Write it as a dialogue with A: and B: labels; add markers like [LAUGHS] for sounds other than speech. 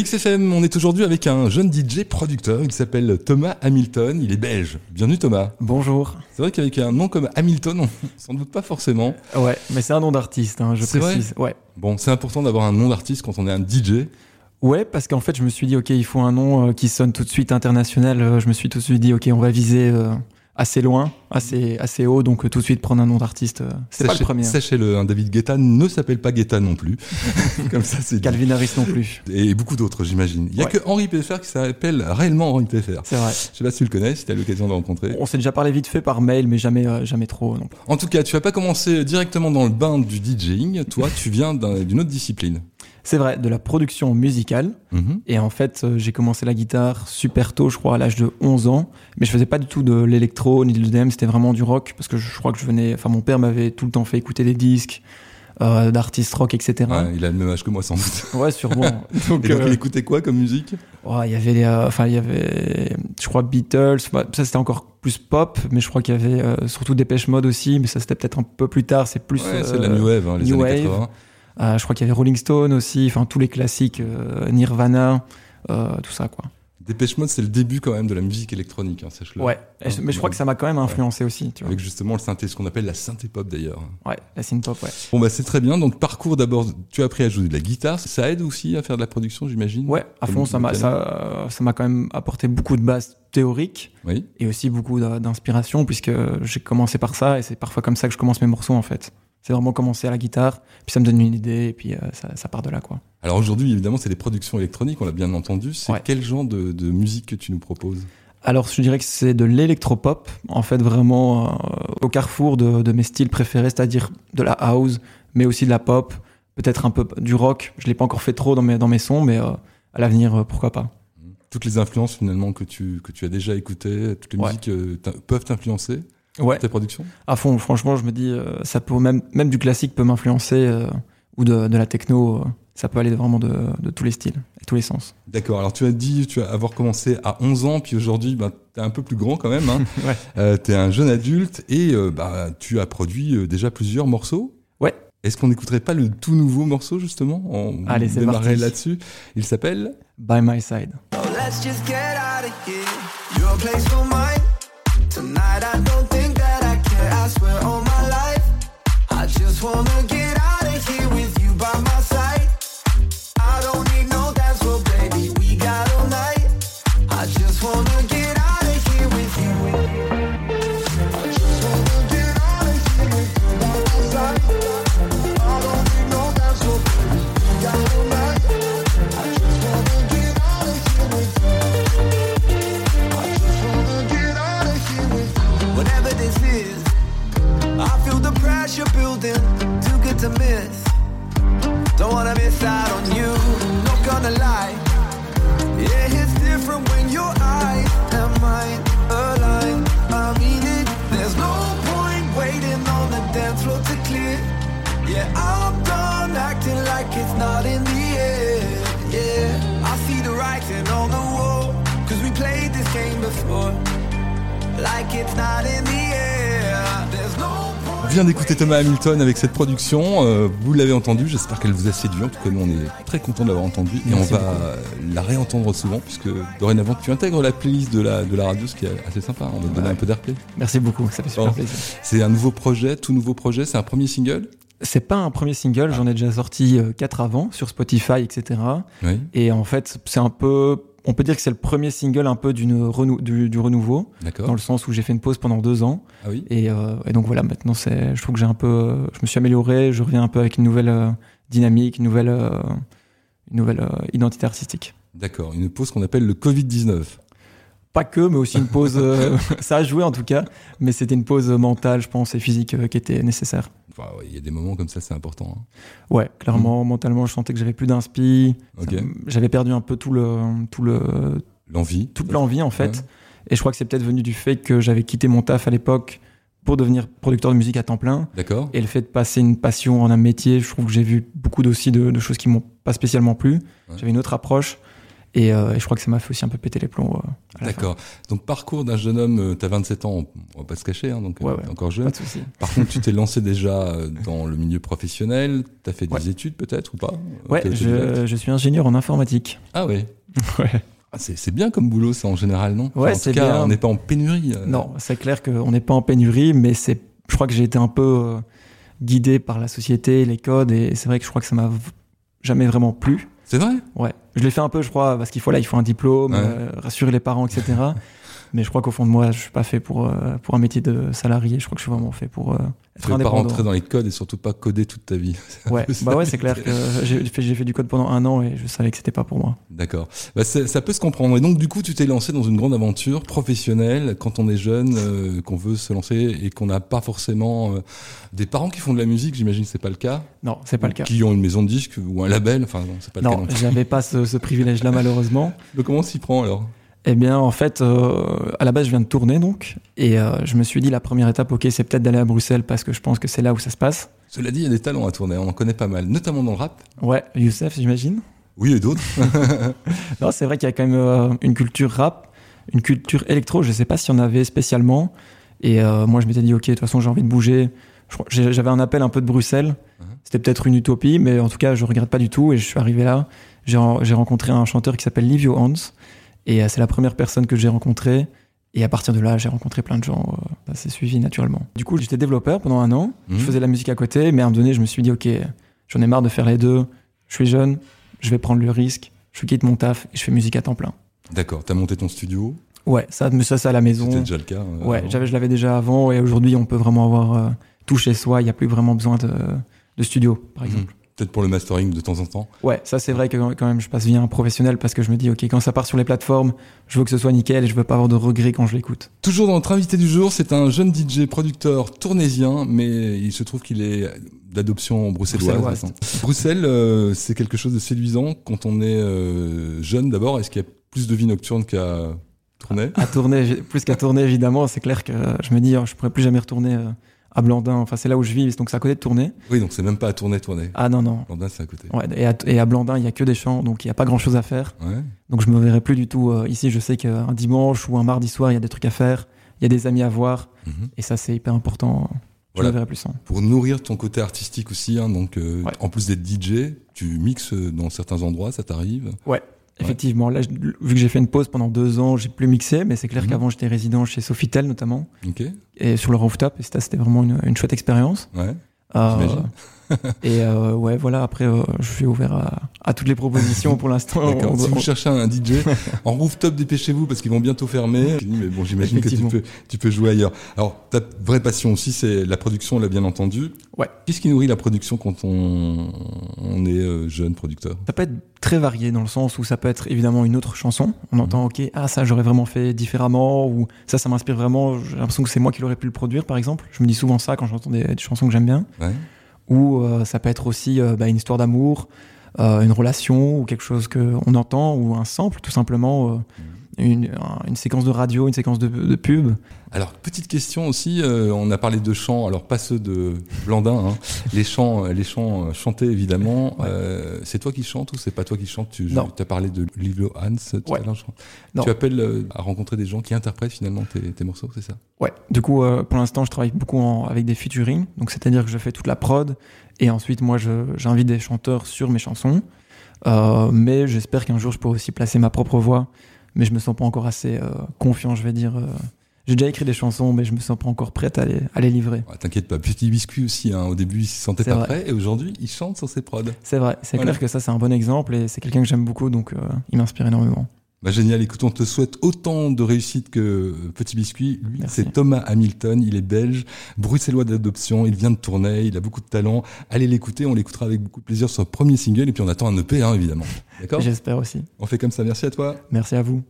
A: BXFM, on est aujourd'hui avec un jeune DJ producteur, il s'appelle Thomas Hamilton, il est belge. Bienvenue Thomas.
B: Bonjour.
A: C'est vrai qu'avec un nom comme Hamilton, on [LAUGHS] s'en doute pas forcément.
B: Ouais, mais c'est un nom d'artiste, hein, je
A: C'est vrai
B: précise. ouais.
A: Bon, c'est important d'avoir un nom d'artiste quand on est un DJ.
B: Ouais, parce qu'en fait, je me suis dit, ok, il faut un nom euh, qui sonne tout de suite international. Euh, je me suis tout de suite dit, ok, on va viser euh, assez loin, assez, assez haut, donc euh, tout de suite prendre un nom d'artiste. euh, c'est pas le
A: Sachez-
B: premier.
A: Sachez-le, un David Guetta ne s'appelle pas Guetta non
B: [LAUGHS]
A: plus. [LAUGHS] comme ça, c'est dit.
B: Calvin Harris non plus.
A: Et beaucoup d'autres, j'imagine. Il y a
B: Ouais.
A: que Henri Pfeffer qui s'appelle réellement Henri Pfeffer.
B: [LAUGHS] C'est vrai.
A: Je sais pas si tu le connais, si tu as l'occasion de le rencontrer.
B: On s'est déjà parlé vite fait par mail, mais jamais, euh, jamais trop non plus.
A: En tout cas, tu vas pas commencer directement dans le bain du DJing. Toi, tu viens d'un- d'une autre discipline.
B: C'est vrai, de la production musicale.
A: Mhm.
B: Et en fait, euh, j'ai commencé la guitare super tôt, je crois, à l'âge de 11 ans. Mais je faisais pas du tout de l'électro ni de l'EDM, c'était vraiment du rock. Parce que je, je crois que je venais. Enfin, mon père m'avait tout le temps fait écouter des disques euh, d'artistes rock, etc.
A: Ouais, il a le même âge que moi, sans doute.
B: Ouais, sûrement. donc,
A: Et donc,
B: euh,
A: il écoutait quoi comme musique
B: [LAUGHS] ouais, il y avait, les, euh, enfin, il y avait, je crois, Beatles. bah, ça, c'était encore plus pop, mais je crois qu'il y avait euh, surtout Dépêche Mode aussi. Mais ça, c'était peut-être un peu plus tard. C'est plus.
A: Ouais, C'est de la
B: euh,
A: New Wave, hein, les
B: New
A: années
B: Wave.
A: 80.
B: euh, je crois qu'il y avait Rolling Stone aussi. Enfin, tous les classiques, euh, Nirvana, euh, tout ça, quoi.
A: Dépêche Mode, c'est le début quand même de la musique électronique, hein, sache-le.
B: Ouais. Et je- mais je crois que ça m'a quand même influencé aussi, tu vois.
A: Avec justement le synthé, ce qu'on appelle la synthé pop d'ailleurs.
B: Ouais, la synth-pop, ouais.
A: Bon bah c'est très bien. Donc parcours d'abord, tu as appris à jouer de la guitare. Ça aide aussi à faire de la production, j'imagine.
B: Ouais, à
A: Comme
B: fond, ça m'a,
A: le
B: ça, euh, ça m'a quand même apporté beaucoup de bases théoriques
A: Oui.
B: et aussi beaucoup d'a- d'inspiration puisque j'ai commencé par ça et c'est parfois comme ça que je commence mes morceaux en fait. C'est vraiment commencer à la guitare, puis ça me donne une idée et puis euh, ça, ça part de là quoi.
A: Alors aujourd'hui, évidemment, c'est des productions électroniques, on l'a bien entendu. C'est
B: Ouais.
A: quel genre de, de musique que tu nous proposes
B: Alors je dirais que c'est de l'électropop, en fait vraiment euh, au carrefour de, de mes styles préférés, c'est-à-dire de la house, mais aussi de la pop, peut-être un peu du rock. Je l'ai pas encore fait trop dans mes, dans mes sons, mais euh, à l'avenir euh, pourquoi pas.
A: Toutes les influences finalement que tu, que tu as déjà écoutées, toutes les
B: Ouais.
A: musiques euh, t'in- peuvent t'influencer
B: Ouais,
A: tes productions
B: à fond. Franchement, je me dis, euh, ça peut même, même du classique peut m'influencer euh, ou de, de la techno. euh, ça peut aller vraiment de, de tous les styles et tous les sens.
A: D'accord, alors tu as dit tu vas avoir commencé à 11 ans, puis aujourd'hui ben, tu es un peu plus grand quand même, hein.
B: [LAUGHS] Ouais.
A: tu es un jeune adulte et euh, bah, tu as produit euh, déjà plusieurs morceaux.
B: Ouais.
A: Est-ce qu'on n'écouterait pas le tout nouveau morceau justement On
B: Allez, c'est
A: démarrait
B: parti.
A: là-dessus. Il s'appelle
B: By my side.
C: Oh, let's just get out of here. Your place for mine. Tonight I don't think that I care. I swear all my life. I just wanna get out of here with you by my side. I don't need no dance floor, baby. We got all night. I just wanna get out of here with you. I just wanna get out of here with you by my side. I don't need no dance floor, baby. We got all night. I just wanna get out of here with you. I just wanna get out of here with you. Whatever this is, I feel the pressure building. Too good to miss. Don't wanna miss out on you. Not gonna lie. It hits different when your eyes and mine align. I mean it. There's no point waiting on the dance floor to clear. Yeah, I'm done acting like it's not in the air. Yeah, I see the writing on the wall. Cause we played this game before. Like it's not in the air. There's no
A: On
C: point.
A: vient d'écouter Thomas Hamilton avec cette production. Euh, vous l'avez entendu, j'espère qu'elle vous a séduit. En tout cas, nous, on est très content de l'avoir entendu et
B: Merci
A: on va la réentendre souvent puisque dorénavant, tu intègres la playlist de la, de la radio, ce qui est assez sympa. On va te donner un peu d'airplay.
B: Merci beaucoup, ça fait super
A: Bon.
B: plaisir.
A: C'est un nouveau projet, tout nouveau projet. C'est un premier single.
B: C'est pas un premier single, j'en ai déjà sorti euh, quatre avant sur Spotify, etc.
A: Oui,
B: Et en fait, c'est un peu. On peut dire que c'est le premier single un peu d'une renou- du, du renouveau, dans
A: d'accord.
B: le sens où j'ai fait une pause pendant deux ans.
A: Ah oui.
B: Et, euh, et donc voilà, maintenant, c'est, je trouve que j'ai un peu, euh, je me suis amélioré, je reviens un peu avec une nouvelle euh, dynamique, une nouvelle, euh, une nouvelle euh, identité artistique.
A: D'accord, une pause qu'on appelle le Covid-19.
B: Pas que, mais aussi une pause, euh, ça a joué en tout cas, mais c'était une pause mentale, je pense, et physique euh, qui était nécessaire.
A: Enfin, ouais, il y a des moments comme ça, c'est important. hein.
B: Ouais, clairement, mentalement, je sentais que j'avais plus d'inspi,
A: Ok.
B: Ça m- j'avais perdu un peu tout le, tout le,
A: L'envie.
B: toute l'envie en fait. Et je crois que c'est peut-être venu du fait que j'avais quitté mon taf à l'époque pour devenir producteur de musique à temps plein.
A: D'accord.
B: Et le fait de passer une passion en un métier, je trouve que j'ai vu beaucoup d'aussi de, de choses qui m'ont pas spécialement plu.
A: Ouais.
B: J'avais une autre approche. Et, euh, et je crois que ça m'a fait aussi un peu péter les plombs. euh, à la
A: D'accord. Donc parcours d'un jeune homme, euh, t'as 27 ans, on- on va pas se cacher, hein, donc euh,
B: Ouais, ouais.
A: t'es encore
B: fin.
A: jeune.
B: Pas de souci.
A: Par contre, tu t'es lancé déjà
B: [LAUGHS]
A: euh, dans le milieu professionnel, t'as fait des
B: Ouais.
A: études peut-être ou pas
B: Ouais,
A: T'as été direct
B: je, je suis ingénieur en informatique.
A: Ah ouais.
B: [LAUGHS] Ouais.
A: Ah, c'est c'est bien comme boulot ça en général, non
B: Ouais,
A: en tout
B: c'est
A: cas,
B: bien.
A: on n'est pas en pénurie. euh.
B: Non, c'est clair qu'on n'est pas en pénurie, mais c'est, je crois que j'ai été un peu euh, guidé par la société, les codes, et c'est vrai que je crois que ça m'a v- jamais vraiment plu.
A: C'est vrai
B: Ouais, je l'ai fait un peu, je crois, parce qu'il faut là, il faut un diplôme,
A: Ouais.
B: euh, rassurer les parents, etc.
A: [LAUGHS]
B: mais je crois qu'au fond de moi, je suis pas fait pour euh, pour un métier de salarié. Je crois que je suis vraiment fait pour euh,
A: Tu
B: être
A: ne pas
B: indépendant.
A: rentrer dans les codes et surtout pas coder toute ta vie.
B: Ouais,
A: [LAUGHS] C'est
B: bah ouais,
A: ça.
B: c'est clair que j'ai fait, j'ai fait du code pendant un an et je savais que c'était pas pour moi.
A: D'accord. Bah, c'est- ça peut se comprendre. Et donc, du coup, tu t'es lancé dans une grande aventure professionnelle quand on est jeune, euh, qu'on veut se lancer et qu'on n'a pas forcément euh, des parents qui font de la musique. J'imagine que c'est pas le cas.
B: Non, c'est pas le cas.
A: Qui ont une maison de disques ou un label. Enfin, non, c'est pas le cas.
B: Non,
A: non plus.
B: j'avais pas ce- ce
A: [LAUGHS]
B: privilège-là malheureusement.
A: Donc, comment on s'y prend alors
B: Eh bien, en fait, euh, à la base, je viens de tourner donc, et euh, je me suis dit la première étape, ok, c'est peut-être d'aller à Bruxelles parce que je pense que c'est là où ça se passe.
A: Cela dit, il y a des talents à tourner. On en connaît pas mal, notamment dans le rap.
B: Ouais, Youssef, j'imagine.
A: Oui, et d'autres.
B: Non, c'est vrai qu'il y a quand même euh, une culture rap, une culture électro. Je sais pas s'il y en avait spécialement. Et euh, moi, je m'étais dit, ok, de toute façon, j'ai envie de bouger. Je crois- j'ai- J'avais un appel un peu de Bruxelles.
A: Mhm.
B: C'était peut-être une utopie, mais en tout cas, je regrette pas du tout. Et je suis arrivé là. J'ai ren- j'ai rencontré un chanteur qui s'appelle Livio Hans. Et euh, c'est la première personne que j'ai rencontrée. Et à partir de là, j'ai rencontré plein de gens. euh, ça s'est suivi naturellement. Du coup, j'étais développeur pendant un an.
A: Mhm.
B: Je faisais de la musique à côté, mais à un moment donné, je me suis dit, ok, j'en ai marre de faire les deux. Je suis jeune, je vais prendre le risque, je quitte mon taf et je fais musique à temps plein.
A: D'accord. T'as monté ton studio.
B: Ouais, ça, mais ça, c'est à la maison.
A: C'était déjà le cas. euh,
B: Ouais,
A: avant.
B: j'avais, je l'avais déjà avant et aujourd'hui, on peut vraiment avoir euh, tout chez soi. Il n'y a plus vraiment besoin de, de studio, par
A: Mhm.
B: exemple.
A: Peut-être pour le mastering de temps en temps.
B: Ouais, ça, c'est vrai que quand quand même, je passe via un professionnel parce que je me dis, ok, quand ça part sur les plateformes, je veux que ce soit nickel et je veux pas avoir de regrets quand je l'écoute.
A: Toujours dans notre invité du jour, c'est un jeune DJ producteur tournésien, mais il se trouve qu'il est d'adoption bruxelloise.
B: Bruxelloise.
A: maintenant. Bruxelles, euh, c'est quelque chose de séduisant quand on est euh, jeune d'abord. Est-ce qu'il y a plus de vie nocturne qu'à tourner
B: À tourner, [LAUGHS] j'ai- plus qu'à tourner, évidemment, c'est clair que euh, je me dis, oh, je pourrais plus jamais retourner euh, à Blandin. Enfin, c'est là où je vis, donc c'est à côté de tourner.
A: Oui, donc c'est même pas à tourner, tourner.
B: Ah non, non.
A: Lambda, c'est à côté.
B: Ouais, et, à, et à Blandin, il y a que des champs, donc il n'y a pas grand chose à faire.
A: Ouais.
B: Donc je me verrai plus du tout euh, ici. Je sais qu'un dimanche ou un mardi soir, il y a des trucs à faire, il y a des amis à voir,
A: Mhm.
B: et ça c'est hyper important. Je
A: Voilà.
B: me verrai plus sans.
A: Pour nourrir ton côté artistique aussi, hein, donc euh,
B: Ouais.
A: en plus d'être DJ, tu mixes dans certains endroits, ça t'arrive.
B: Effectivement, là, je- vu que j'ai fait une pause pendant deux ans, j'ai plus mixé, mais c'est clair
A: Mhm.
B: qu'avant j'étais résident chez Sofitel notamment
A: Ok.
B: et sur le rooftop, et ça c'était vraiment une, une chouette expérience.
A: Ouais.
B: Euh,
A: J'imagine.
B: et euh, ouais, voilà. Après, euh, je suis ouvert à, à toutes les propositions pour l'instant.
A: [LAUGHS] D'accord.
B: Oh, On-
A: Si vous
B: on-
A: cherchez un
B: [LAUGHS]
A: DJ en rooftop, dépêchez-vous parce qu'ils vont bientôt fermer. Je dis, Mais bon, j'imagine que tu
B: Effectivement.
A: peux, tu peux jouer ailleurs. Alors, ta vraie passion aussi, c'est la production, on l'a bien entendu.
B: Ouais.
A: Qu'est-ce qui nourrit la production quand on, on est euh, jeune producteur
B: Ça peut être très varié dans le sens où ça peut être évidemment une autre chanson. On entend, ok, ah ça j'aurais vraiment fait différemment ou ça ça m'inspire vraiment. J'ai l'impression que c'est moi qui l'aurais pu le produire par exemple. Je me dis souvent ça quand j'entends des, des chansons que j'aime bien.
A: Ouais.
B: Ou euh, ça peut être aussi euh, bah, une histoire d'amour, euh, une relation ou quelque chose que on entend ou un sample tout simplement, euh, une, un- une séquence de radio, une séquence de, de pub.
A: Alors, petite question aussi. euh, on a parlé de chants, alors pas ceux de Blandin,
B: [LAUGHS]
A: hein. les chants, les chants euh, chantés évidemment.
B: Ouais.
A: Euh, c'est toi qui chantes ou c'est pas toi qui chantes Tu
B: Non.
A: as parlé de Livio Hans tout
B: Ouais.
A: à l'heure. je crois.
B: Non.
A: Tu appelles euh, à rencontrer des gens qui interprètent finalement tes, tes morceaux, c'est ça
B: Ouais, du coup, euh, pour l'instant, je travaille beaucoup en- avec des featuring, donc c'est-à-dire que je fais toute la prod, et ensuite, moi, je- j'invite des chanteurs sur mes chansons, Euh, mais j'espère qu'un jour, je pourrai aussi placer ma propre voix, mais je me sens pas encore assez euh, confiant, je vais dire. euh. J'ai déjà écrit des chansons, mais je me sens pas encore prête à les, à les livrer.
A: Ah, T'inquiète pas, petit biscuit aussi. Hein. Au début, il se sentait
B: C'est
A: pas
B: vrai.
A: prêt et aujourd'hui, il chante sur ses prods.
B: C'est vrai, c'est
A: Voilà.
B: clair que ça, c'est un bon exemple, et c'est quelqu'un que j'aime beaucoup, donc euh, il m'inspire énormément.
A: Bah, génial, écoute, on te souhaite autant de réussite que euh, Petit Biscuit. Lui,
B: Merci.
A: c'est Thomas Hamilton, il est belge, bruxellois d'adoption, il vient de tourner, il a beaucoup de talent. Allez l'écouter, on l'écoutera avec beaucoup de
B: [LAUGHS]
A: plaisir sur le premier single et puis on attend un EP, hein, E évidemment. D'accord
B: J'espère aussi.
A: On fait comme ça, merci à toi.
B: Merci à vous.